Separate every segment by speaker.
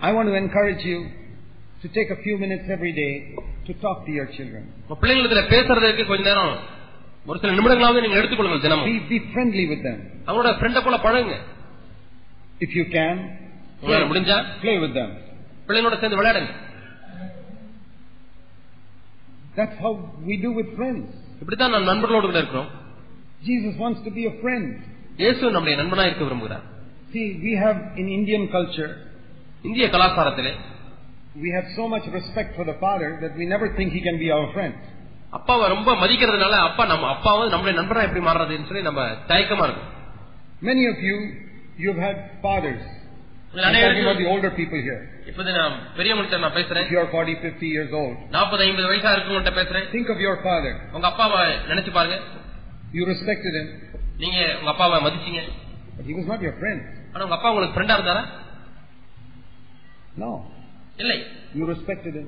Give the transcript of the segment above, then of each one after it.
Speaker 1: I want to encourage you to take a few minutes every day to talk to your children.
Speaker 2: உங்க பிள்ளைங்களுக்கு பேசுறதுக்கு கொஞ்ச நேரம் ஒரு சில நிமிடங்களாவது நீங்க எடுத்துக்கொள்ளுங்கள் தினமும்
Speaker 1: Be, be friendly with them.
Speaker 2: அவங்களோட ஃப்ரெண்ட போல பழகுங்க
Speaker 1: If you can,
Speaker 2: உங்களால முடிஞ்சா
Speaker 1: play with them.
Speaker 2: பிள்ளைங்களோட சேர்ந்து விளையாடுங்க
Speaker 1: That's how we do with friends.
Speaker 2: இப்படித்தான் நாம் நண்பர்களோடு கூட இருக்கிறோம்
Speaker 1: Jesus wants to be a friend.
Speaker 2: இயேசு நம்முடைய நண்பனா இருக்க விரும்புகிறார்
Speaker 1: See, we have in Indian culture,
Speaker 2: இந்திய கலாச்சாரத்திலே
Speaker 1: we have so much respect for the father that we never think he can be our friend.
Speaker 2: அப்பாவை ரொம்ப மதிக்கிறதுனால அப்பா நம்ம அப்பாவும் நம்முடைய நண்பரா எப்படி மாறுறதுன்னு சொல்லி நம்ம தயக்கமா இருக்கும்
Speaker 1: Many of you, you've had fathers. I'm talking about the
Speaker 2: அநேகருக்கு
Speaker 1: older people here.
Speaker 2: இப்போது நான் பெரியவங்கள்ட்ட நான் பேசுறேன்
Speaker 1: If you're 40, 50 years old,
Speaker 2: நாற்பது ஐம்பது வயசா இருக்கவங்கள்ட்ட பேசுறேன்
Speaker 1: think of your father.
Speaker 2: உங்க அப்பாவை நினைச்சு பாருங்க
Speaker 1: You respected him,
Speaker 2: நீங்க உங்க அப்பாவை மதிச்சீங்க
Speaker 1: but he was not your friend.
Speaker 2: ஆனா உங்க அப்பா உங்களுக்கு ஃப்ரெண்டா இருந்தாரா
Speaker 1: No.
Speaker 2: இல்லை
Speaker 1: You respected him,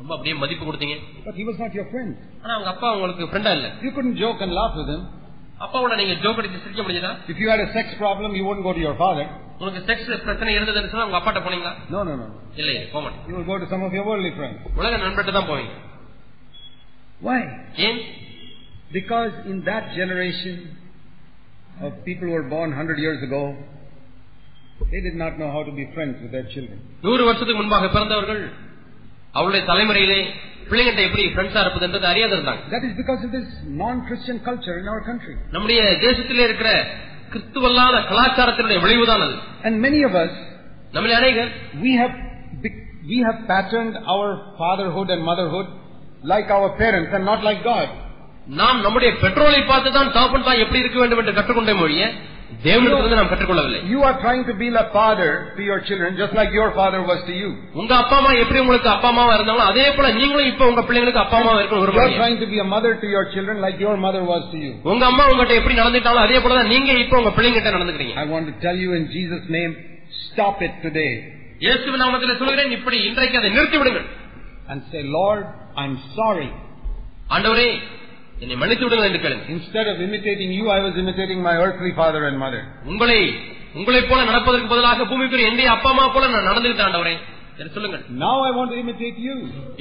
Speaker 2: ரொம்ப அப்படியே மதிப்பு கொடுத்தீங்க
Speaker 1: but he was not your friend.
Speaker 2: ஆனா உங்க அப்பா உங்களுக்கு ஃப்ரெண்டா இல்ல
Speaker 1: You couldn't joke and laugh with him.
Speaker 2: அப்பாவோட நீங்க ஜோக் அடிச்சு சிரிக்க முடிஞ்சதா
Speaker 1: If you had a sex problem, you wouldn't go to your father.
Speaker 2: உங்களுக்கு செக்ஸ் பிரச்சனை இருந்ததுன்னு சொன்னா உங்க அப்பாட்ட போனீங்களா
Speaker 1: No, no, no.
Speaker 2: இல்லையே போக மாட்டீங்க
Speaker 1: You will go to some of your worldly friends.
Speaker 2: உலக நண்பர்கிட்ட தான் போவீங்க
Speaker 1: Why?
Speaker 2: ஏன்
Speaker 1: Because in that generation of people who were born 100 years ago, they did not know how to be friends with their children.
Speaker 2: நூறு வருஷத்துக்கு முன்பாக பிறந்தவர்கள் அவருடைய தலைமுறையிலே பிள்ளைங்கிட்ட எப்படி ஃப்ரெண்ட்ஸா இருப்பதுன்றது அறியாத இருந்தாங்க
Speaker 1: That is because of this non-Christian culture in our country.
Speaker 2: நம்முடைய தேசத்திலே இருக்கிற கிறிஸ்துவல்லாத கலாச்சாரத்தினுடைய விளைவுதான் அது
Speaker 1: And many of us,
Speaker 2: நம்மள அநேகர்
Speaker 1: we have, be- we have patterned our fatherhood and motherhood like our parents and not like God.
Speaker 2: நாம் நம்முடைய பெட்ரோலை பார்த்து தான் தாப்பன் தான் எப்படி இருக்க வேண்டும் என்று கற்றுக்கொண்டே மொழிய தேவனிடத்திலிருந்து நாம் கற்றுக்கொள்ளவில்லை
Speaker 1: You are trying to be a father to your children just like your father was to you.
Speaker 2: உங்க அப்பா அம்மா எப்படி உங்களுக்கு அப்பா அம்மாவா இருந்தாங்களோ அதே போல நீங்களும் இப்ப உங்க பிள்ளைங்களுக்கு அப்பா அம்மாவா இருக்கணும்
Speaker 1: You are
Speaker 2: விரும்புறீங்க
Speaker 1: trying to be a mother to your children like your mother was to you.
Speaker 2: உங்க அம்மா உங்ககிட்ட எப்படி நடந்துட்டாலும் அதே போல தான் நீங்க இப்ப உங்க பிள்ளைங்கிட்ட நடந்துக்கிறீங்க
Speaker 1: I want to tell you in Jesus' name, stop it today.
Speaker 2: இயேசு நாமத்தில் சொல்கிறேன் இப்படி இன்றைக்கு அதை நிறுத்தி விடுங்கள்
Speaker 1: and say, Lord, I'm sorry.
Speaker 2: ஆண்டவரே என்னை மன்னித்து விடுங்கள் என்று கேளுங்க
Speaker 1: Instead of imitating you, I was imitating my earthly father and mother.
Speaker 2: உங்களை உங்களைப் போல நடப்பதற்கு பதிலாக பூமிக்குரிய என்னுடைய அப்பா அம்மா போல நான் நடந்துகிட்டேன் ஆண்டவரே என்று சொல்லுங்கள்
Speaker 1: Now I want to imitate you.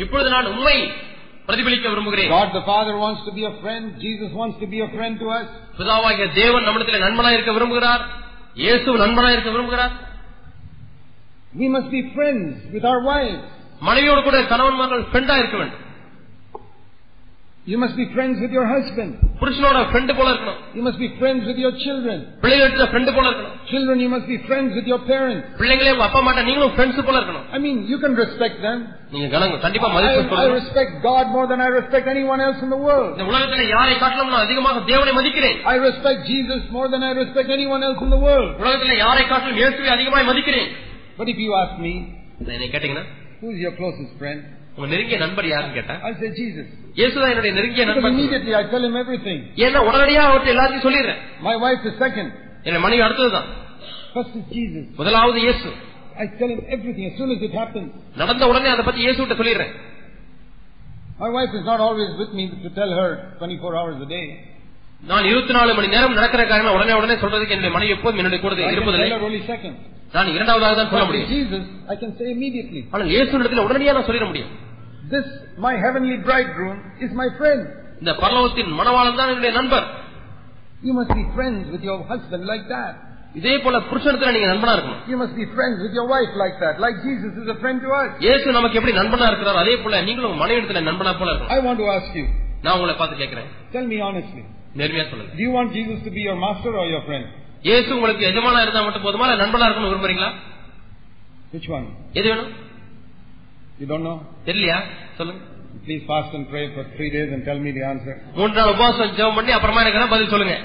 Speaker 2: இப்பொழுது நான் உண்மை பிரதிபலிக்க விரும்புகிறேன்
Speaker 1: God the Father wants to be a friend. Jesus wants to be a friend to us.
Speaker 2: பிதாவாகிய தேவன் நம்மிடத்தில் நண்பனாய் இருக்க விரும்புகிறார் இயேசு நண்பனாய் இருக்க விரும்புகிறார்
Speaker 1: We must be friends with our wives.
Speaker 2: மனைவியோடு கூட கணவன்மார்கள் ஃப்ரெண்டா இருக்க வேண்டும்
Speaker 1: You must be friends with your husband.
Speaker 2: புருஷனோட ஃப்ரெண்டு போல இருக்கணும்
Speaker 1: You must be friends with your children.
Speaker 2: பிள்ளைகளோட ஃப்ரெண்டு போல இருக்கணும்
Speaker 1: Children, you must be friends with your parents.
Speaker 2: பிள்ளைங்களே உங்க அப்பா மாட்ட நீங்களும் ஃப்ரெண்ட்ஸ் போல இருக்கணும்
Speaker 1: I mean, you can respect them.
Speaker 2: நீங்க கணங்க கண்டிப்பா
Speaker 1: I,
Speaker 2: மதிப்பு
Speaker 1: I
Speaker 2: கொடுக்கணும்.
Speaker 1: respect God more than I respect anyone else in the world.
Speaker 2: இந்த உலகத்துல யாரை காட்டிலும் நான் அதிகமாக தேவனை மதிக்கிறேன்
Speaker 1: I respect Jesus more than I respect anyone else in the world.
Speaker 2: உலகத்துல யாரை காட்டிலும் இயேசுவை அதிகமாய் மதிக்கிறேன்
Speaker 1: But if you ask me,
Speaker 2: என்னை கேட்டீங்கன்னா
Speaker 1: who's your closest friend?
Speaker 2: உங்க நெருங்கிய நண்பர் யாருன்னு கேட்டா
Speaker 1: I'll say Jesus.
Speaker 2: இயேசுதான் என்னுடைய நெருங்கிய
Speaker 1: Because
Speaker 2: நண்பர்
Speaker 1: immediately I tell him everything.
Speaker 2: ஏன்னா உடனடியா அவர்கிட்ட எல்லாத்தையும் சொல்லிடுறேன்
Speaker 1: My wife is second.
Speaker 2: என் மனைவி அடுத்ததுதான்
Speaker 1: First is Jesus.
Speaker 2: முதலாவது இயேசு
Speaker 1: I tell him everything as soon as it happens.
Speaker 2: நடந்த உடனே அதை பத்தி இயேசுகிட்ட சொல்லிடுறேன்
Speaker 1: My wife is not always with me to tell her 24 hours a day.
Speaker 2: நான் இருபத்தி நாலு மணி நேரம் நடக்கிற காரியங்களை உடனே உடனே சொல்றதுக்கு என்னுடைய மனைவி எப்போதும் என்னுடைய
Speaker 1: I
Speaker 2: கூட
Speaker 1: can
Speaker 2: இருப்பதில்லை
Speaker 1: tell her only second.
Speaker 2: நான் இரண்டாவதாக தான் சொல்ல
Speaker 1: But with
Speaker 2: முடியும்
Speaker 1: Jesus, I can say immediately.
Speaker 2: ஆனால் இயேசு இடத்துல உடனடியாக நான் சொல்லிட முடியும்
Speaker 1: This, my heavenly bridegroom, is my friend.
Speaker 2: இந்த பரலோகத்தின் மணவாளன் தான் என்னுடைய நண்பர்
Speaker 1: You must be friends with your husband like that.
Speaker 2: இதே போல புருஷனத்துல நீங்க நண்பனா இருக்கணும்
Speaker 1: You must be friends with your wife like that. Like Jesus is a friend to us.
Speaker 2: இயேசு நமக்கு எப்படி நண்பனா இருக்கிறார் அதே போல நீங்களும் உங்க மனைவி இடத்துல நண்பனா போல இருக்கணும்
Speaker 1: I want to ask you.
Speaker 2: நான் உங்களை பார்த்து கேட்கிறேன்
Speaker 1: Tell me honestly.
Speaker 2: நேர்மையா சொல்லுங்க
Speaker 1: Do you want Jesus to be your master or your friend?
Speaker 2: இயேசு உங்களுக்கு எஜமானா இருந்தா மட்டும் போதுமா இல்ல நண்பனா இருக்கணும் விரும்புறீங்களா
Speaker 1: Which one?
Speaker 2: எது வேணும்
Speaker 1: You don't know?
Speaker 2: தெரியலையா சொல்லுங்க
Speaker 1: Please fast and pray for three days and tell me the answer.
Speaker 2: மூன்று நாள் உபவாசம் ஜெபம் பண்ணி அப்புறமா எனக்கு வேணா பதில் சொல்லுங்க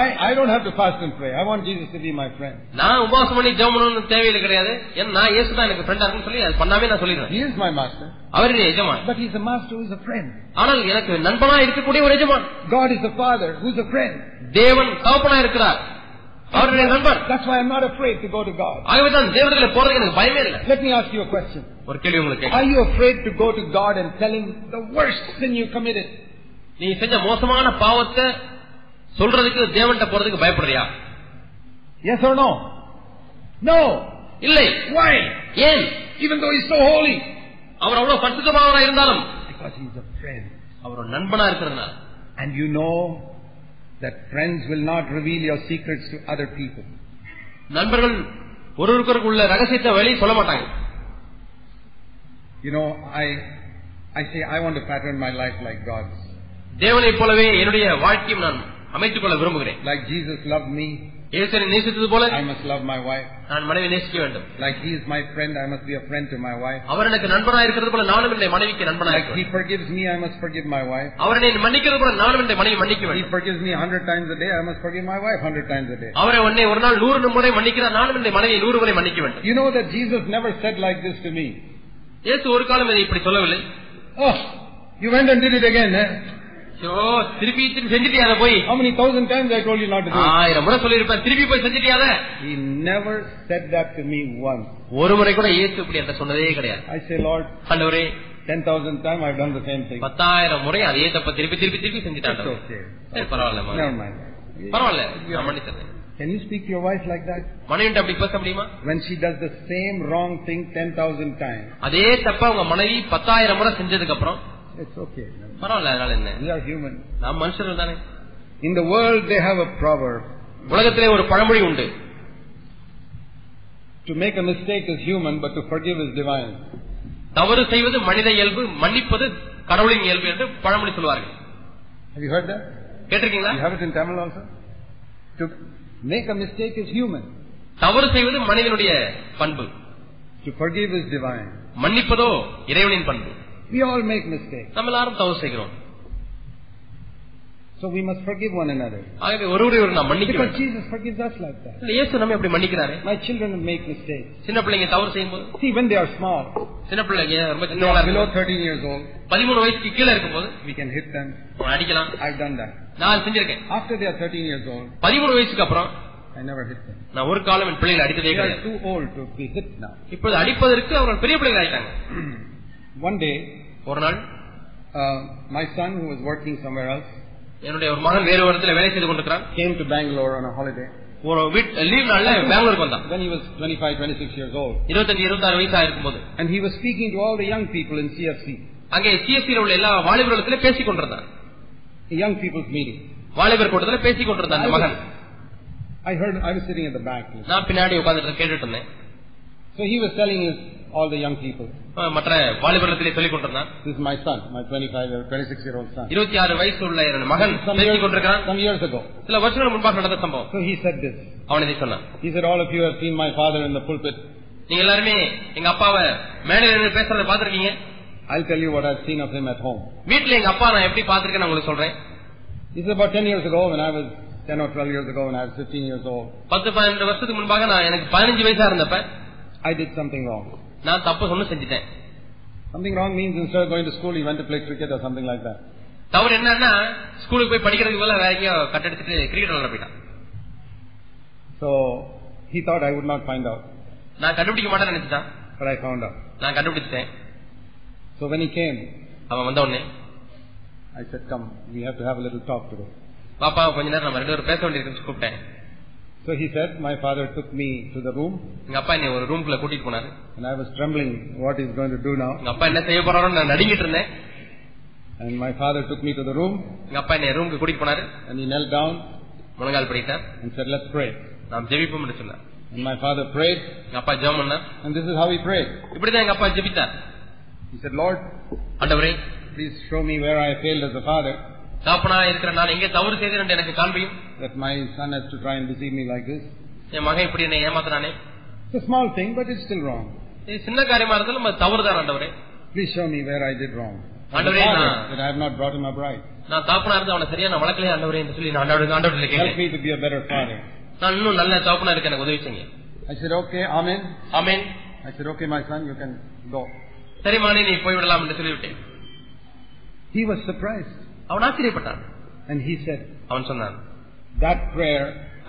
Speaker 1: I, I don't have to fast and pray. I want Jesus to be my friend.
Speaker 2: நான் உபவாசம் பண்ணி ஜெபம் பண்ணணும்னு தேவையில்லை கிடையாது ஏன்னா நான் இயேசு தான் எனக்கு ஃப்ரெண்டா இருக்குன்னு சொல்லி அது பண்ணாமே நான் சொல்லிடுறேன்
Speaker 1: He is my master.
Speaker 2: அவர் என்னுடைய எஜமான்
Speaker 1: But he's a master who's a friend.
Speaker 2: ஆனால் எனக்கு நண்பனா இருக்கக்கூடிய ஒரு எஜமான்
Speaker 1: God is a father who's a friend.
Speaker 2: தேவன் தகப்பனா இருக்கிறார் அவர் என்னுடைய நண்பர்
Speaker 1: That's why I'm not afraid to go to God.
Speaker 2: ஆகவேதான் தேவர்களை போறதுக்கு எனக்கு பயமே இல்லை
Speaker 1: Let me ask you a question.
Speaker 2: ஒரு கேள்வி உங்களுக்கு கேட்கிறேன்.
Speaker 1: Are you afraid to go to God and tell him the worst sin you committed?
Speaker 2: நீ செஞ்ச மோசமான பாவத்தை சொல்றதுக்கு தேவன்கிட்ட போறதுக்கு பயப்படுறியா
Speaker 1: Yes or no? No!
Speaker 2: இல்லை
Speaker 1: Why?
Speaker 2: ஏன்
Speaker 1: Even though he's so holy.
Speaker 2: அவர் அவ்வளவு பரிசுத்தமானவரா இருந்தாலும்
Speaker 1: Because he's a friend.
Speaker 2: அவர் ஒரு நண்பனா இருக்கிறதுனால
Speaker 1: And you know that friends will not reveal your secrets to other people.
Speaker 2: நண்பர்கள் ஒருவருக்கொருக்கு உள்ள ரகசியத்தை வெளியே சொல்ல மாட்டாங்க
Speaker 1: You know, I, I say I want to pattern my life like God's.
Speaker 2: தேவனைப் போலவே என்னுடைய வாழ்க்கையும் நான் அமைத்துக் கொள்ள விரும்புகிறேன்
Speaker 1: Like Jesus loved me,
Speaker 2: இயேசுவை நேசித்தது போல
Speaker 1: I must love my wife.
Speaker 2: நான் மனைவி நேசிக்க வேண்டும்
Speaker 1: Like he is my friend, I must be a friend to my wife.
Speaker 2: அவர் எனக்கு நண்பனா இருக்கிறது போல நானும் என்னுடைய மனைவிக்கு நண்பனா
Speaker 1: Like he
Speaker 2: இருக்கிறேன்
Speaker 1: forgives me, I must forgive my wife.
Speaker 2: அவர் என்னை மன்னிக்கிறது போல நானும் என்னுடைய மனைவி மன்னிக்க
Speaker 1: He
Speaker 2: வேண்டும்
Speaker 1: forgives me a hundred times a day, I must forgive my wife hundred times a day.
Speaker 2: அவரை உன்னை ஒரு நாள் நூறு முறை மன்னிக்கிறார் நானும் என்னுடைய மனைவியை நூறு முறை மன்னிக்க வேண்டும்
Speaker 1: You know that Jesus never said like this to me.
Speaker 2: இயேசு ஒரு காலம் இதை இப்படி சொல்லவில்லை
Speaker 1: Oh, you went and did it again, eh?
Speaker 2: ஐயோ திருப்பி திருப்பி செஞ்சுட்டியா அதை போய்
Speaker 1: How many thousand times I told you not to do it?
Speaker 2: ஆயிரம் முறை சொல்லியிருப்பேன் திருப்பி போய் செஞ்சுட்டியா அதை?
Speaker 1: He never said that to me once.
Speaker 2: ஒரு முறை கூட இயேசு இப்படி அந்த சொன்னதே கிடையாது
Speaker 1: I say, Lord,
Speaker 2: ஆண்டவரே
Speaker 1: ten thousand times I've done the same thing.
Speaker 2: பத்தாயிரம் முறை அதே தப்ப திருப்பி திருப்பி திருப்பி
Speaker 1: That's
Speaker 2: செஞ்சுட்டாங்க
Speaker 1: okay.
Speaker 2: சரி பரவாயில்ல
Speaker 1: Never mind.
Speaker 2: பரவாயில்ல நான் மன்னிச்சிடுறேன்
Speaker 1: Can you speak to your wife like that?
Speaker 2: மனைவிட்ட அப்படி பேச முடியுமா
Speaker 1: When she does the same wrong thing ten thousand times,
Speaker 2: அதே தப்ப உங்க மனைவி பத்தாயிரம் முறை செஞ்சதுக்கு அப்புறம்
Speaker 1: it's okay.
Speaker 2: பரவாயில்ல அதனால என்ன
Speaker 1: We are human.
Speaker 2: நாம் மனுஷர்கள் தானே
Speaker 1: In the world, they have a proverb.
Speaker 2: உலகத்திலே ஒரு பழமொழி உண்டு
Speaker 1: To make a mistake is human, but to forgive is divine.
Speaker 2: தவறு செய்வது மனித இயல்பு மன்னிப்பது கடவுளின் இயல்பு என்று பழமொழி சொல்வார்கள்
Speaker 1: Have you heard that?
Speaker 2: கேட்டிருக்கீங்களா
Speaker 1: You have it in Tamil also? To make a mistake is human.
Speaker 2: தவறு செய்வது மனிதனுடைய பண்பு
Speaker 1: To forgive is divine.
Speaker 2: மன்னிப்பதோ இறைவனின் பண்பு
Speaker 1: We all make mistakes.
Speaker 2: நம்ம எல்லாரும் தவறு செய்கிறோம்
Speaker 1: So we must forgive one another.
Speaker 2: ஆகவே ஒருவரை ஒரு நாம் மன்னிக்க
Speaker 1: Because
Speaker 2: வேண்டும்
Speaker 1: Jesus forgives us like that.
Speaker 2: இல்ல, இயேசு நம்ம எப்படி மன்னிக்கிறாரு
Speaker 1: My children make mistakes.
Speaker 2: சின்ன பிள்ளைங்க தவறு செய்யும்போது
Speaker 1: See, when they are small,
Speaker 2: சின்ன பிள்ளைங்க ரொம்ப
Speaker 1: when they
Speaker 2: சின்னவங்களா
Speaker 1: are below
Speaker 2: இருக்கும்
Speaker 1: 13 years old,
Speaker 2: பதிமூணு வயசுக்கு கீழே இருக்கும்போது
Speaker 1: we can hit them.
Speaker 2: அவனை அடிக்கலாம்
Speaker 1: I've done that.
Speaker 2: நான் செஞ்சிருக்கேன்
Speaker 1: After they are 13 years old,
Speaker 2: பதிமூணு வயசுக்கு அப்புறம்
Speaker 1: I never hit them.
Speaker 2: நான் ஒரு காலம் என் பிள்ளைகளை அடித்ததே
Speaker 1: They are
Speaker 2: கிடையாது
Speaker 1: too old to be hit now.
Speaker 2: இப்போது அடிப்பதற்கு அவர்கள் பெரிய பிள்ளைகள் ஆயிட்டாங்க
Speaker 1: One day,
Speaker 2: ஒரு நாள்
Speaker 1: uh, my son, who was working somewhere else,
Speaker 2: என்னுடைய ஒரு மகன் வேறு ஒரு இடத்துல வேலை செய்து கொண்டிருக்கிறான்
Speaker 1: came to Bangalore on a holiday.
Speaker 2: ஒரு வீட் லீவ் நாள்ல பெங்களூருக்கு வந்தான்
Speaker 1: When he was 25, 26 years old.
Speaker 2: இருபத்தஞ்சு இருபத்தாறு வயசா இருக்கும்போது
Speaker 1: And he was speaking to all the young people in CFC,
Speaker 2: அங்கே சிஎஸ்சியில் உள்ள எல்லா வாலிபர்களுத்துல பேசிக் கொண்டிருந்தான்
Speaker 1: a young people's meeting.
Speaker 2: வாலிபர் கூட்டத்துல பேசிக் கொண்டிருந்தான் அந்த மகன்
Speaker 1: I heard, I was sitting at the back.
Speaker 2: நான் பின்னாடி உட்கார்ந்து கேட்டுட்டு இருந்தேன்
Speaker 1: So he was telling his, all the young people,
Speaker 2: அஹ் மற்ற வாலிபர்களிடத்திலே சொல்லிக் கொண்டிருந்தான்
Speaker 1: this is my son, my 25 year, 26 year old son.
Speaker 2: இருபத்தி ஆறு வயசு உள்ள என்னுடைய மகன்
Speaker 1: Some
Speaker 2: பேசிக்
Speaker 1: years,
Speaker 2: கொண்டிருக்கிறான்
Speaker 1: some years ago.
Speaker 2: சில வருஷங்கள் முன்பாக நடந்த சம்பவம்
Speaker 1: So he said this.
Speaker 2: அவன் இதை சொன்னான்
Speaker 1: He said, all of you have seen my father in the pulpit.
Speaker 2: நீங்க எல்லாருமே எங்க அப்பாவை மேடையில நின்னு பேசுறத பாத்திருக்கீங்க
Speaker 1: I'll tell you what I've seen of him at home.
Speaker 2: வீட்டுல எங்க அப்பா நான் எப்படி பாத்திருக்கேன்னு நான் உங்களுக்கு சொல்றேன்
Speaker 1: This is about 10 years ago when I was 10 or 12 years ago when I was 15 years old.
Speaker 2: பத்து பன்னெண்டு வருஷத்துக்கு முன்பாக நான் எனக்கு பதினஞ்சு வயசா இருந்தப்ப
Speaker 1: I did something wrong.
Speaker 2: நான் தப்பு சொன்னு செஞ்சுட்டேன்
Speaker 1: Something wrong means instead of going to school, he went to play cricket or something like that.
Speaker 2: தவறு என்னன்னா ஸ்கூலுக்கு போய் படிக்கிறதுக்கு போல வேற எங்கேயோ கட் அடிச்சுட்டு கிரிக்கெட் விளையாட போயிட்டான்
Speaker 1: So he thought I would not find out,
Speaker 2: நான் கண்டுபிடிக்க மாட்டேன்னு நினைச்சிட்டான்
Speaker 1: but I found out.
Speaker 2: நான் கண்டுபிடிச்சிட்டேன்
Speaker 1: So when he came,
Speaker 2: அவன் வந்த உடனே
Speaker 1: I said, Come, we have to have a little talk today.
Speaker 2: பாப்பா கொஞ்ச நேரம் நம்ம ரெண்டு பேரும் பேச வேண்டியிருக்குன்னு கூப்பிட்டேன்
Speaker 1: So he said, My father took me to the room,
Speaker 2: எங்க அப்பா என்னை ஒரு ரூம்குள்ள கூட்டிட்டு போனாரு
Speaker 1: and I was trembling what he's going to do now.
Speaker 2: எங்க அப்பா என்ன செய்ய போறாரோன்னு நான் நடுங்கிட்டு இருந்தேன்
Speaker 1: And my father took me to the room,
Speaker 2: எங்க அப்பா என்னை ரூமுக்கு கூட்டிட்டு போனாரு
Speaker 1: and he knelt down
Speaker 2: முழங்கால் படித்தார்
Speaker 1: and said, Let's pray.
Speaker 2: நாம் ஜெபிப்போம் என்று சொன்னார்
Speaker 1: And my father prayed,
Speaker 2: எங்க அப்பா ஜெபம் பண்ணார்
Speaker 1: and this is how he prayed.
Speaker 2: இப்படிதான் எங்க அப்பா ஜெபித்தார்
Speaker 1: He said, Lord,
Speaker 2: ஆண்டவரே
Speaker 1: please show me where I failed as a father,
Speaker 2: தாப்பனா இருக்கிற நான் எங்கே தவறு செய்தேன் என்று எனக்கு காண்பியும்
Speaker 1: that my son has to try and deceive me like this.
Speaker 2: என் மகன் இப்படி என்னை ஏமாத்துறானே
Speaker 1: It's a small thing, but it's still wrong.
Speaker 2: இது சின்ன காரியமா இருந்தாலும் அது தவறுதான் ஆண்டவரே
Speaker 1: Please show me where I did wrong. As a
Speaker 2: ஆண்டவரே, நான்-
Speaker 1: father, that I have not brought him up right.
Speaker 2: நான் தாப்பனா இருந்து அவனை சரியா நான் வளர்க்கலையே ஆண்டவரே என்று சொல்லி நான் ஆண்டவரே ஆண்டவரே
Speaker 1: Help
Speaker 2: கேட்டேன்
Speaker 1: me to be a better father.
Speaker 2: நான் இன்னும் நல்ல தாப்பனா இருக்க எனக்கு உதவி செய்யுங்க
Speaker 1: I said, okay, amen.
Speaker 2: Amen
Speaker 1: I said, okay, my son, you can go.
Speaker 2: சரிமானே நீ போய்விடலாம் என்று சொல்லிவிட்டேன்
Speaker 1: He was surprised.
Speaker 2: அவன் ஆச்சரியப்பட்டான்
Speaker 1: And he said,
Speaker 2: அவன் சொன்னான்
Speaker 1: that prayer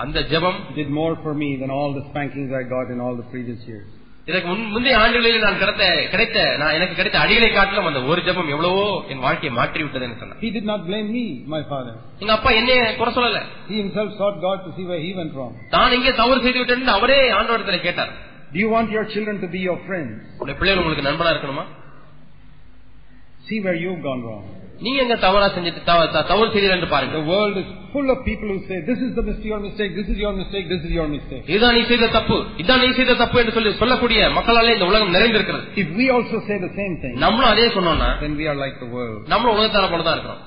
Speaker 2: அந்த ஜெபம்
Speaker 1: did more for me than all the spankings I got in all the previous years.
Speaker 2: இதற்கு முன் முந்தைய ஆண்டுகளில் நான் கிடைத்த கிடைத்த நான் எனக்கு கிடைத்த அடிகளை காட்டிலும் அந்த ஒரு ஜெபம் எவ்வளவோ என் வாழ்க்கையை மாற்றி விட்டது என்று சொன்னான்
Speaker 1: He did not blame me, my father.
Speaker 2: எங்க அப்பா என்னைய குறை சொல்லல
Speaker 1: He himself sought God to see where he went wrong.
Speaker 2: தான் எங்கே தவறு செய்து விட்டேன் அவரே ஆண்டவரத்தில் கேட்டார்
Speaker 1: Do you want your children to be your friends?
Speaker 2: உங்களுடைய பிள்ளைகள் உங்களுக்கு நண்பனா இருக்கணுமா
Speaker 1: See where you've gone wrong.
Speaker 2: நீங்க எங்க தவறா செஞ்சுட்டு தவ- த- தவறு செய்யல என்று
Speaker 1: The
Speaker 2: பாருங்க
Speaker 1: world is full of people who say, this is the mistake, your mistake, this is your mistake, this is your mistake.
Speaker 2: இதுதான் நீ செய்த தப்பு இதான் நீ செய்த தப்பு என்று சொல்லி சொல்லக்கூடிய மக்களாலே இந்த உலகம் நிறைந்திருக்கிறது
Speaker 1: If we also say the same thing,
Speaker 2: நம்மளும் அதே சொன்னோம்னா
Speaker 1: then we are like the world.
Speaker 2: நம்மளும் உலகத்தார போலதான் இருக்கிறோம்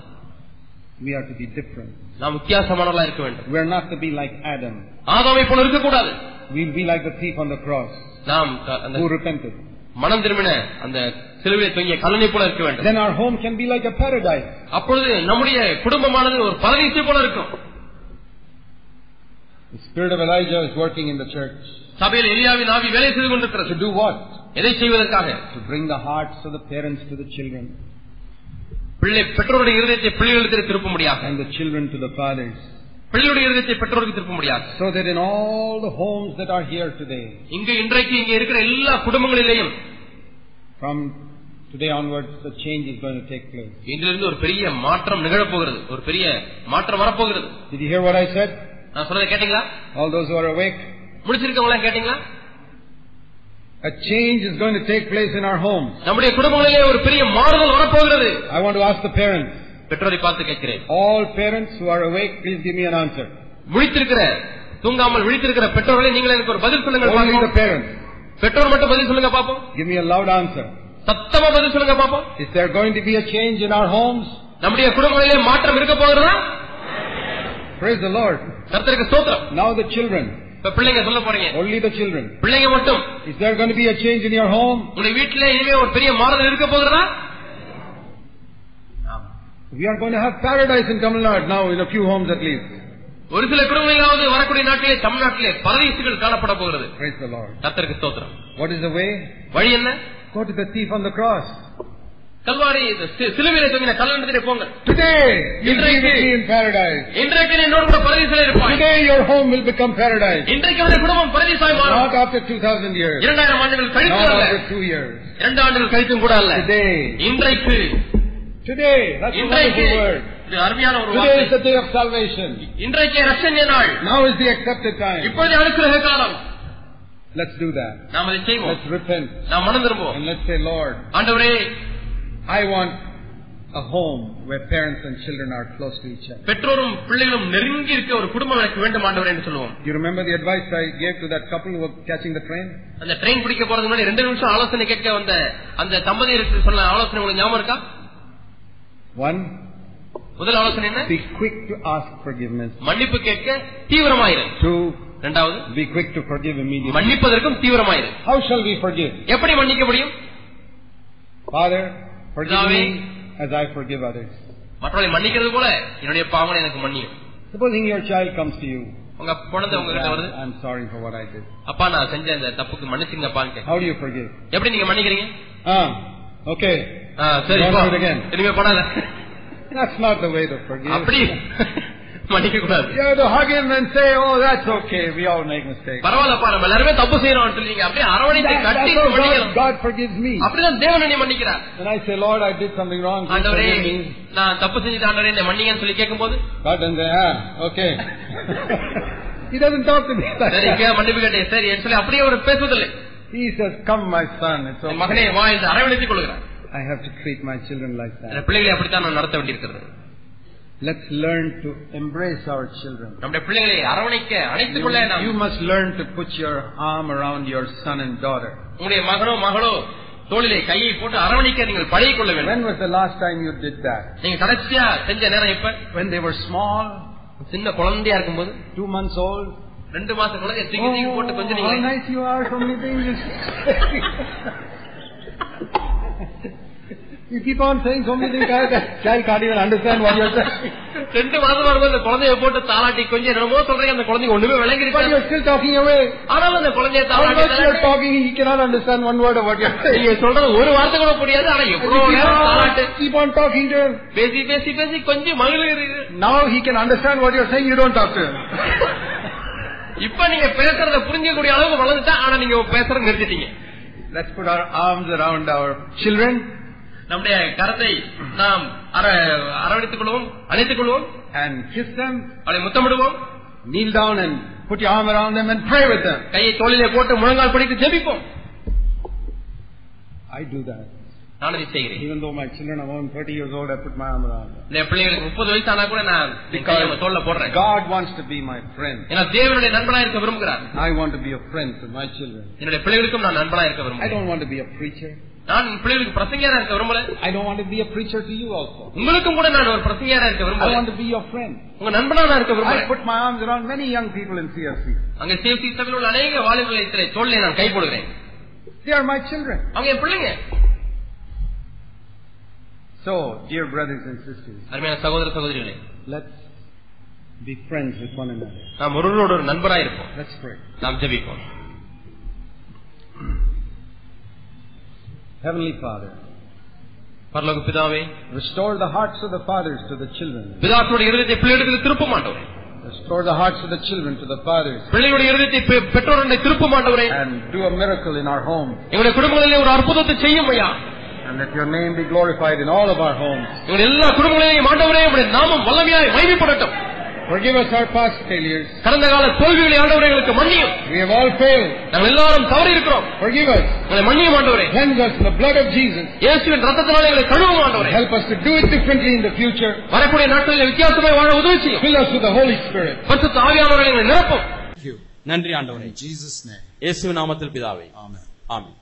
Speaker 1: We are to be different.
Speaker 2: நாம் வித்தியாசமானவர்களா இருக்க வேண்டும்
Speaker 1: We are not to be like Adam.
Speaker 2: ஆதாமை போல இருக்கக்கூடாது
Speaker 1: We'll be like the thief on the cross
Speaker 2: நாம் க- அந்த
Speaker 1: who repented.
Speaker 2: மனம் திரும்பின அந்த சிலுவை தொங்கிய கல்லனை போல இருக்க வேண்டும்
Speaker 1: Then our home can be like a paradise.
Speaker 2: அப்பொழுது நம்முடைய குடும்பமானது ஒரு பரதீசை போல இருக்கும்
Speaker 1: The spirit of Elijah is working in the church.
Speaker 2: சபையில் எலியாவின் ஆவி வேலை செய்து
Speaker 1: To
Speaker 2: கொண்டிருக்கிறது
Speaker 1: do what?
Speaker 2: எதை செய்வதற்காக
Speaker 1: To bring the hearts of the parents to the children
Speaker 2: பிள்ளை பெற்றோருடைய இருதயத்தை பிள்ளைகளுக்கு திருப்ப முடியாது
Speaker 1: and the children to the fathers.
Speaker 2: பிள்ளையுடைய இருதயத்தை பெற்றோருக்கு திருப்ப முடியாது
Speaker 1: So that in all the homes that are here today,
Speaker 2: இங்கு இன்றைக்கு இங்கே இருக்கிற எல்லா குடும்பங்களிலேயும்
Speaker 1: from today onwards, the change is going to take place.
Speaker 2: இன்றிலிருந்து ஒரு பெரிய மாற்றம் நிகழப்போகிறது ஒரு பெரிய மாற்றம் வரப்போகிறது
Speaker 1: Did you hear what I said?
Speaker 2: நான் சொல்றதை கேட்டீங்களா
Speaker 1: All those who are awake,
Speaker 2: முடிச்சிருக்கவங்களா கேட்டீங்களா
Speaker 1: a change is going to take place in our homes.
Speaker 2: நம்முடைய குடும்பங்களிலே ஒரு பெரிய மாறுதல் வரப்போகிறது
Speaker 1: I want to ask the parents,
Speaker 2: பெற்றோரை பார்த்து கேட்கிறேன்
Speaker 1: all parents who are awake, please give me an answer.
Speaker 2: விழித்திருக்கிற தூங்காமல் விழித்திருக்கிற பெற்றோர்களை நீங்கள் எனக்கு ஒரு பதில் சொல்லுங்க
Speaker 1: Only the
Speaker 2: பார்ப்போம்.
Speaker 1: parents,
Speaker 2: பெற்றோர் மட்டும் பதில் சொல்லுங்க பாப்போம்
Speaker 1: give me a loud answer.
Speaker 2: சத்தமா பதில் சொல்லுங்க பாப்போம்
Speaker 1: Is there going to be a change in our homes?
Speaker 2: நம்முடைய குடும்பங்களிலே மாற்றம் இருக்க போகிறதா
Speaker 1: Praise the Lord.
Speaker 2: கர்த்தருக்கு ஸ்தோத்திரம்
Speaker 1: Now the children,
Speaker 2: இப்ப பிள்ளைங்க சொல்ல போறீங்க
Speaker 1: only the children.
Speaker 2: பிள்ளைங்க மட்டும்
Speaker 1: Is there going to be a change in your home?
Speaker 2: உங்களுடைய வீட்டுல இனிமே ஒரு பெரிய மாறுதல் இருக்க போகிறதா ஆம்.
Speaker 1: We are going to have paradise in Tamil Nadu now in a few homes at least.
Speaker 2: ஒரு சில குடும்பங்களாவது வரக்கூடிய நாட்டிலே தமிழ்நாட்டிலே பரதீசுகள் காணப்பட போகிறது
Speaker 1: Praise the Lord.
Speaker 2: கர்த்தருக்கு ஸ்தோத்திரம்
Speaker 1: What is the way?
Speaker 2: வழி என்ன
Speaker 1: Go to the thief on the cross.
Speaker 2: Kalvari இந்த சி- சிலுவையிலே தொங்கின கல்லண்டத்திலே போங்கள்
Speaker 1: Today, you'll be with me in paradise.
Speaker 2: இன்றைக்கு நீ என்னோடு கூட பரதீசிலே இருப்பாய்
Speaker 1: Today, your home will become paradise.
Speaker 2: இன்றைக்கு அவருடைய குடும்பம் பரதீசாய் மாறும்
Speaker 1: Not after 2,000 years.
Speaker 2: இரண்டாயிரம் ஆண்டுகள் கழித்து
Speaker 1: Not
Speaker 2: அல்ல
Speaker 1: after two years.
Speaker 2: இரண்டு ஆண்டுகள் கழித்தும் கூட அல்ல
Speaker 1: Today.
Speaker 2: இன்றைக்கு
Speaker 1: Today. That's a
Speaker 2: இன்றைக்கு
Speaker 1: wonderful word.
Speaker 2: இது அருமையான ஒரு
Speaker 1: Today is
Speaker 2: வார்த்தை
Speaker 1: the day of salvation.
Speaker 2: இன்றைக்கு ரஷ்யன் நாள்
Speaker 1: Now is the accepted time.
Speaker 2: இப்பொழுது அனுக்கிரக காலம்
Speaker 1: Let's do that.
Speaker 2: நாம் அதை செய்வோம்
Speaker 1: Let's repent.
Speaker 2: நாம் மனம் திரும்புவோம்
Speaker 1: And let's say, Lord,
Speaker 2: ஆண்டவரே
Speaker 1: I want a home where parents and children are close to each other.
Speaker 2: பெற்றோரும் பிள்ளைகளும் நெருங்கி இருக்க ஒரு குடும்பம் எனக்கு வேண்டும் ஆண்டவரே என்று சொல்லுவோம்
Speaker 1: You remember the advice I gave to that couple who were catching the train?
Speaker 2: அந்த ட்ரெயின் பிடிக்க போறதுக்கு முன்னாடி ரெண்டு நிமிஷம் ஆலோசனை கேட்க வந்த அந்த தம்பதியருக்கு சொன்ன ஆலோசனை உங்களுக்கு ஞாபகம் இருக்கா
Speaker 1: One,
Speaker 2: முதல் ஆலோசனை என்ன
Speaker 1: be quick to ask forgiveness.
Speaker 2: மன்னிப்பு கேட்க தீவிரமாயிரு
Speaker 1: Two,
Speaker 2: இரண்டாவது
Speaker 1: be quick to forgive immediately.
Speaker 2: மன்னிப்பதற்கும் தீவிரமாயிரு
Speaker 1: How shall we forgive?
Speaker 2: எப்படி மன்னிக்க முடியும்
Speaker 1: Father, forgive me as I forgive others.
Speaker 2: மற்றவர்களை மன்னிக்கிறது போல என்னுடைய பாவனை எனக்கு மன்னியும்
Speaker 1: Supposing your child comes to you.
Speaker 2: உங்க குழந்தை உங்ககிட்ட வருது
Speaker 1: I'm sorry for what I did.
Speaker 2: அப்பா நான் செஞ்ச அந்த தப்புக்கு மன்னிச்சுங்கப்பான்னு கேட்க
Speaker 1: How do you forgive?
Speaker 2: எப்படி நீங்க மன்னிக்கிறீங்க
Speaker 1: Ah, okay.
Speaker 2: ஆ, சரி
Speaker 1: Don't
Speaker 2: போ.
Speaker 1: do it again.
Speaker 2: இனிமே பண்ணாத
Speaker 1: That's not the way to forgive.
Speaker 2: அப்படி மன்னிக்க கூடாது
Speaker 1: You have to hug him and say, oh, that's okay. We all make mistakes.
Speaker 2: பரவாயில்லப்பா நம்ம எல்லாருமே தப்பு செய்யறோம் சொல்லீங்க அப்படியே அரவணைத்து
Speaker 1: That-
Speaker 2: கட்டி
Speaker 1: that's how God,
Speaker 2: மன்னிக்கணும்
Speaker 1: God forgives me.
Speaker 2: அப்படிதான் தேவன் என்னை மன்னிக்கிறார்
Speaker 1: And I say, Lord, I did something wrong. Please
Speaker 2: ஆண்டவரே
Speaker 1: forgive me.
Speaker 2: நான் தப்பு செஞ்சுட்டு ஆண்டவரே என்னை மன்னிங்கன்னு சொல்லி கேட்கும்போது
Speaker 1: God doesn't say, ah, okay. he doesn't talk to me like
Speaker 2: சரி
Speaker 1: that.
Speaker 2: கே- மன்னிப்பு கேட்டேன் சரி என்று சொல்லி அப்படியே அவர் பேசுவதில்லை
Speaker 1: He says, come, my son. It's
Speaker 2: N
Speaker 1: okay.
Speaker 2: மகனே வா என்று அரவணைத்துக் கொள்கிறார்
Speaker 1: I have to treat my children like that.
Speaker 2: அந்த பிள்ளைகளை அப்படித்தான் நான் நடத்த வேண்டியிருக்கிறது
Speaker 1: Let's learn to embrace our children.
Speaker 2: நம்முடைய பிள்ளைகளை அரவணைக்க அணைத்துக் கொள்ள
Speaker 1: You,
Speaker 2: நாம்
Speaker 1: you must learn to put your arm around your son and daughter.
Speaker 2: உங்களுடைய மகனோ மகளோ தோளிலே கையை போட்டு அரவணைக்க நீங்கள் பழகிக் கொள்ள வேண்டும்
Speaker 1: When was the last time you did that?
Speaker 2: நீங்க கடைசியா செஞ்ச நேரம் இப்ப
Speaker 1: When they were small,
Speaker 2: சின்ன குழந்தையா இருக்கும்போது
Speaker 1: two months old?
Speaker 2: ரெண்டு மாச குழந்தைய தூக்கி தூக்கி போட்டு
Speaker 1: Oh, how
Speaker 2: கொஞ்சம்
Speaker 1: nice you are, so many things you say. You keep on saying so many things, child- child can't even understand what you're saying.
Speaker 2: ரெண்டு மாசமா இருக்கும் அந்த குழந்தைய போட்டு தாளாட்டி கொஞ்சம் என்னமோ சொல்றீங்க அந்த குழந்தைக்கு ஒண்ணுமே விளங்கி
Speaker 1: But
Speaker 2: இருக்காது
Speaker 1: you're still talking away.
Speaker 2: ஆனாலும் அந்த குழந்தைய
Speaker 1: How
Speaker 2: தாளாட்டி
Speaker 1: much you're
Speaker 2: தாளாட்டி,
Speaker 1: talking, he cannot understand one word of what you're saying.
Speaker 2: நீங்க சொல்றது ஒரு வார்த்தை கூட புரியாது ஆனா
Speaker 1: And you
Speaker 2: எவ்வளவு
Speaker 1: keep
Speaker 2: நேரம் தாளாட்டு
Speaker 1: on, keep on talking to him.
Speaker 2: பேசி பேசி பேசி கொஞ்சம் மகிழ்கிறீங்க
Speaker 1: Now he can understand what you're saying, you don't talk to him.
Speaker 2: இப்ப நீங்க பேசுறத புரிஞ்சக்கூடிய அளவுக்கு வளர்ந்துட்டா ஆனா நீங்க பேசுறத நிறுத்திட்டீங்க
Speaker 1: Let's put our arms around our children
Speaker 2: நம்முடைய கரத்தை நாம் அர- அரவணைத்துக் கொள்வோம் அணைத்துக் கொள்வோம்
Speaker 1: and kiss them
Speaker 2: அவளை முத்தமிடுவோம்
Speaker 1: Kneel down and put your arm around them and pray with them.
Speaker 2: கையை தோளிலே போட்டு முழங்கால் படித்து ஜெபிப்போம்
Speaker 1: I do that.
Speaker 2: நான் அதை செய்கிறேன்
Speaker 1: Even though my children are around 30 years old, I put my arm around them.
Speaker 2: என் பிள்ளைகளுக்கு முப்பது வயசு ஆனா கூட நான் என் கையை அவங்க தோல்ல போடுறேன்
Speaker 1: God wants to be my friend.
Speaker 2: ஏன்னா தேவனுடைய நண்பனா இருக்க விரும்புகிறார்
Speaker 1: I want to be a friend to my children.
Speaker 2: என்னுடைய பிள்ளைகளுக்கும் நான் நண்பனா இருக்க
Speaker 1: I
Speaker 2: விரும்புகிறேன்
Speaker 1: don't want to be a preacher.
Speaker 2: நான் என் பிள்ளைகளுக்கு பிரசங்கியாரா இருக்க விரும்பல
Speaker 1: I don't want to be a preacher to you also.
Speaker 2: உங்களுக்கும் கூட நான் ஒரு பிரசங்கியாரா இருக்க
Speaker 1: I
Speaker 2: விரும்பல
Speaker 1: want to be your friend.
Speaker 2: உங்க நண்பனா நான் இருக்க
Speaker 1: I
Speaker 2: விரும்பல
Speaker 1: put my arms around many young people in CFC.
Speaker 2: அங்க சேஃப்டி சபையில் உள்ள அநேக வாலிபர்களை தோல்லை நான் கை போடுகிறேன்
Speaker 1: They are my children.
Speaker 2: அவங்க என் பிள்ளைங்க
Speaker 1: So, dear brothers and sisters,
Speaker 2: அருமையான சகோதர சகோதரிகளே
Speaker 1: let's be friends with one another.
Speaker 2: நாம் ஒருவரோடு ஒரு நண்பரா இருப்போம்
Speaker 1: Let's pray.
Speaker 2: நாம் ஜெபிப்போம்
Speaker 1: Heavenly Father,
Speaker 2: பரலோக பிதாவே
Speaker 1: restore the hearts of the fathers to the children.
Speaker 2: பிதாக்களுடைய இருதயத்தை பிள்ளைகளுக்கு திருப்ப மாட்டோம்
Speaker 1: Restore the hearts of the children to the fathers.
Speaker 2: பிள்ளைகளுடைய இருதயத்தை பெ- பெற்றோருடைய திருப்ப மாட்டவரே
Speaker 1: And do a miracle in our homes.
Speaker 2: எங்களுடைய குடும்பங்களிலே ஒரு அற்புதத்தை செய்யும் ஐயா
Speaker 1: And let your name be glorified in all of our homes.
Speaker 2: எங்களுடைய எல்லா குடும்பங்களையும் ஆண்டவரே உங்களுடைய நாமம் வல்லமையாய் மகிமைப்படட்டும்
Speaker 1: Forgive us our past failures.
Speaker 2: கடந்த கால தோல்விகளை ஆண்டவரே எங்களுக்கு மன்னியும்
Speaker 1: We have all failed.
Speaker 2: நாங்கள் எல்லாரும் தவறி இருக்கிறோம்
Speaker 1: Forgive us.
Speaker 2: எங்களை மன்னியும் ஆண்டவரே
Speaker 1: Cleanse us in the blood of Jesus.
Speaker 2: இயேசுவின் ரத்தத்தினால எங்களை கழுவும் ஆண்டவரே
Speaker 1: Help us to do it differently in the future.
Speaker 2: வரக்கூடிய நாட்களில் வித்தியாசமாய் வாழ உதவி செய்யும்
Speaker 1: Fill us with the Holy Spirit.
Speaker 2: பரிசுத்த ஆவியானவரை எங்களை நிரப்பும்
Speaker 3: நன்றி ஆண்டவரே
Speaker 4: In Jesus' name.
Speaker 3: இயேசு நாமத்தில் பிதாவே
Speaker 4: Amen.
Speaker 3: ஆமென்